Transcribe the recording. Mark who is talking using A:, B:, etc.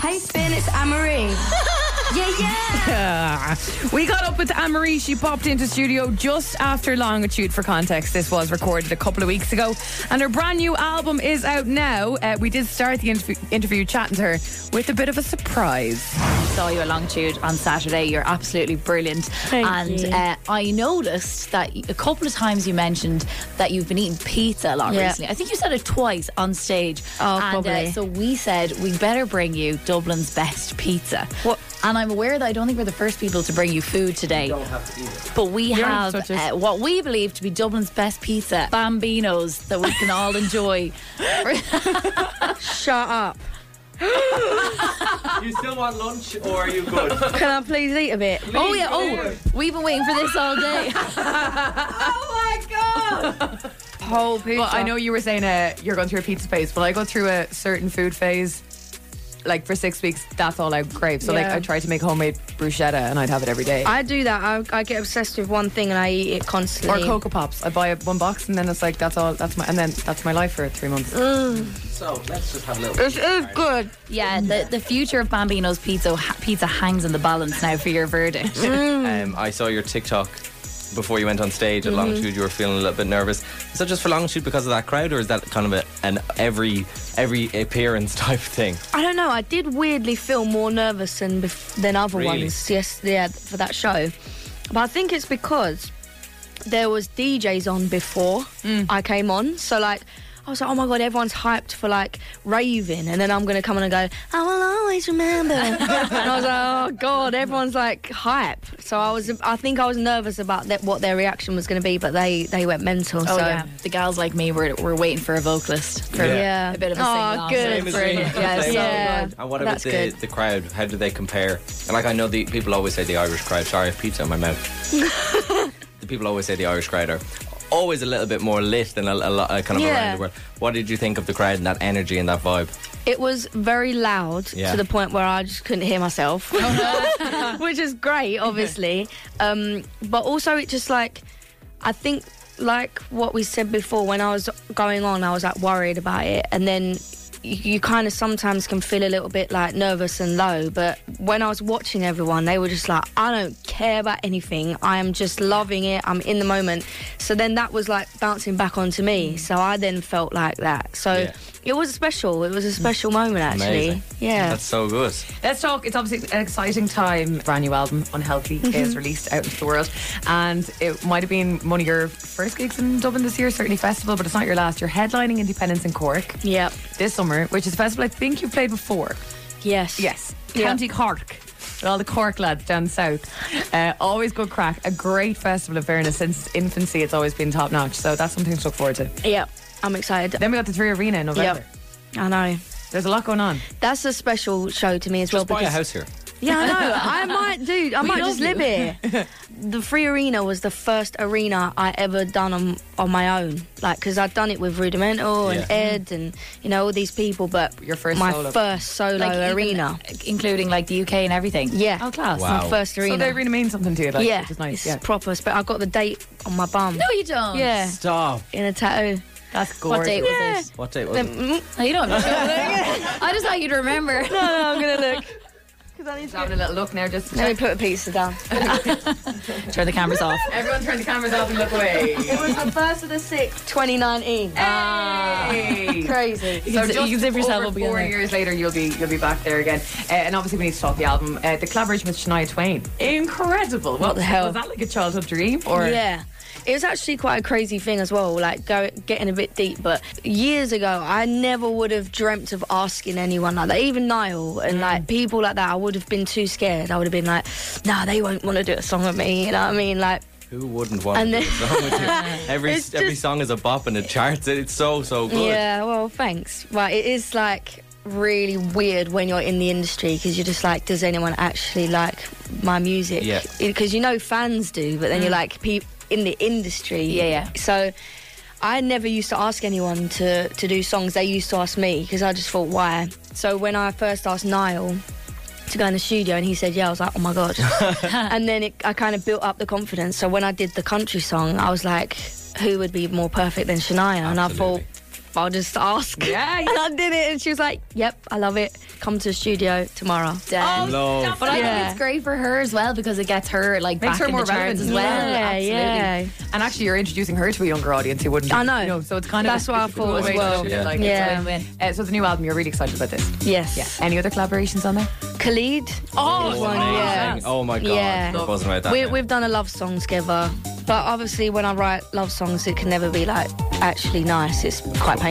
A: Hey, Spin, it's Anne-Marie. yeah, yeah.
B: We got up with Anne Marie. She popped into studio just after Longitude for context. This was recorded a couple of weeks ago, and her brand new album is out now. Uh, we did start the interview, interview chatting to her with a bit of a surprise.
C: saw you at Longitude on Saturday. You're absolutely brilliant.
A: Thank
C: and
A: you.
C: Uh, I noticed that a couple of times you mentioned that you've been eating pizza a lot
A: Yeah.
C: recently. I think you said it twice on stage.
A: Oh,
C: and, uh,
A: probably.
C: so we said we better bring you Dublin's best pizza.
B: What-
C: And I'm aware that I don't think we're the first people to bring you food today. But we
B: allowed
C: have
B: to touch it.
C: uh, what we believe to be Dublin's best pizza, Bambinos, that we can all enjoy.
A: Shut up.
D: You still want lunch or are you good?
A: Can I please eat a bit?
C: oh, yeah. Oh, we've been waiting for this all day.
A: Oh, my God. Whole pizza.
B: But I know you were saying uh, you're going through a pizza phase. Well, I go through a certain food phase. Like for six weeks, that's all I crave. So like
A: Yeah.
B: I tried to make homemade bruschetta, and I'd have it every day.
A: I do that. I, I get obsessed with one thing and I eat it
B: or
A: constantly.
B: cocoa pops. I buy one box, and then it's like that's all. That's my and then that's my life for three months.
D: so let's just have a little.
A: This is good.
C: Yeah, the, the future of Bambino's pizza ha- pizza hangs in the balance now for your verdict.
D: Um, I saw your TikTok before you went on stage
A: Mm-hmm.
D: at Longitude. You were feeling a little bit nervous. Is that just for Longitude because of that crowd, or is that kind of a, an every every appearance type thing?
A: I don't know. I did weirdly feel more nervous than bef- than other
D: Really?
A: ones. Yes, yeah, for that show. But I think it's because there was DJs on before I came on, so like. I was like, oh my god, everyone's hyped for like raving, and then I'm gonna come in and go, I will always remember. and I was like, oh god, everyone's like hype. So I was, I think I was nervous about that, what their reaction was gonna be, but they they went mental.
C: So
A: so
C: the gals like me were, were waiting for a vocalist for
D: Yeah.
C: a bit of a
A: oh,
C: sing-along.
A: good.
D: Same as me.
A: Brilliant.
C: Yeah,
D: Same
C: so
A: as me.
C: good.
D: And what
A: That's
D: about the,
A: good.
D: the crowd? How do they compare? And like I know the people always say the Irish crowd. Sorry, I have pizza in my mouth. the people always say the Irish crowd are always a little bit more lit than a, a lot uh, kind of
A: Yeah.
D: around the world. What did you think of the crowd and that energy and that vibe?
A: It was very loud
D: Yeah.
A: to the point where I just couldn't hear myself, which is great, obviously. Um, but also, it just like I think, like what we said before, when I was going on, I was like worried about it, and then you, you kind of sometimes can feel a little bit like nervous and low. But when I was watching everyone, they were just like, I don't care about anything. I am just loving it. I'm in the moment. So then that was like bouncing back onto me. So I then felt like that. So
D: Mm. Yeah. Mm.
A: it was special. It was a special moment, actually.
D: Amazing.
A: Yeah.
D: That's so good.
B: Let's talk. It's obviously an exciting time. Brand new album, Unhealthy, is released out into the world. And it might have been one of your first gigs in Dublin this year, certainly festival, but it's not your last. You're headlining Independence in Cork
A: yep.
B: this summer, which is a festival I think you played before.
A: Yes.
B: Yes,
A: Yeah.
B: County Cork. With all the Cork lads down south. Uh, always good crack. A great festival, in fairness. Since its infancy, it's always been top notch. So that's something to look forward to.
A: Yep. I'm excited.
B: Then we got the Three Arena in November.
A: Yep. I know.
B: There's a lot going on.
A: That's a special show to me as well.
D: Just buy a
A: because-
D: house here.
A: Yeah, I know. I might, dude. I might just live here. The Free Arena was the first arena I ever done on on my own. Like, because I'd done it with Rudimental and
D: Yeah.
A: Ed and you know all these people, but
B: Your first
A: my
B: solo.
A: first solo
C: even,
A: arena.
C: uh, including like the UK and everything.
A: Yeah.
C: oh class.
D: Wow.
A: My first arena.
B: So they really mean something to you, like,
A: yeah,
B: which is nice.
A: it's
B: Yeah.
A: proper. But I got the date on my bum.
C: No, you don't.
A: Yeah,
D: Stop.
A: in a tattoo.
B: That's gorgeous.
C: What date
A: Yeah.
C: was it?
D: What day was it?
A: Mm,
C: No, you don't. I just thought you'd remember.
A: I'm gonna look.
B: Having a little look now, just
A: Let me put a pizza down.
C: Turn the cameras off.
B: everyone turn the cameras off and look away.
A: It was the first of the sixth, 2019. Crazy.
B: So
C: You can-
B: just
C: you can zip yourself
B: over
C: up again
B: four
C: there.
B: years later, you'll be you'll be back there again. Uh, and obviously, we need to talk the album, uh, the collaboration with Shania Twain. Incredible! What,
A: the hell?
B: was that? Like a childhood dream, or
A: Yeah. It was actually quite a crazy thing as well, like go, getting a bit deep. But years ago, I never would have dreamt of asking anyone like that, even Niall and like people like that. I would have been too scared. I would have been like, nah, they won't want to do a song with me. You know what I mean? Like,
D: Who wouldn't want
A: And
D: to
A: then-
D: do a song with you? Every,
A: It's
D: every
A: just-
D: song is a bop and it charts. It. It's so, so Oh, good.
A: Yeah, well, thanks. But it is like really weird when you're in the industry because you're just like, does anyone actually like my music?
D: Yeah.
A: Because you know fans do, but then you're like, people in the industry.
C: Mm. Yeah, yeah.
A: So. I never used to ask anyone to, to do songs. They used to ask me because I just thought, why? So when I first asked Niall to go in the studio and he said, yeah, I was like, oh my God. and then it, I kind of built up the confidence. So when I did the country song, I was like, who would be more perfect than Shania? And I
D: Absolutely.
A: thought, I'll just ask.
B: Yeah,
A: and
B: yeah.
A: I did it, and she was like, "Yep, I love it. Come to the studio tomorrow."
C: Damn.
D: Love.
C: Stop. But I think
A: Yeah.
C: it's great for her as well because it gets her like
B: Makes
C: back
B: her
C: in
B: more
C: the charts
B: relevant.
C: as well.
A: Yeah,
C: Absolutely.
A: yeah.
B: And actually, you're introducing her to a younger audience who wouldn't.
A: I know.
B: You so it's kind
A: That's
B: of
A: what I thought as well.
B: Yeah. Like,
A: Yeah.
B: it's like- uh, so the new album, you're really excited about this.
A: Yes.
B: Yeah. Any other collaborations on there?
A: Khalid.
B: Oh,
A: Is
D: Oh,
A: one,
D: amazing.
A: yeah.
D: Oh my god,
A: Yeah.
D: we're buzzing about that.
A: We,
D: now.
A: we've done a love song together, but obviously when I write love songs, it can never be like actually nice. It's quite painful.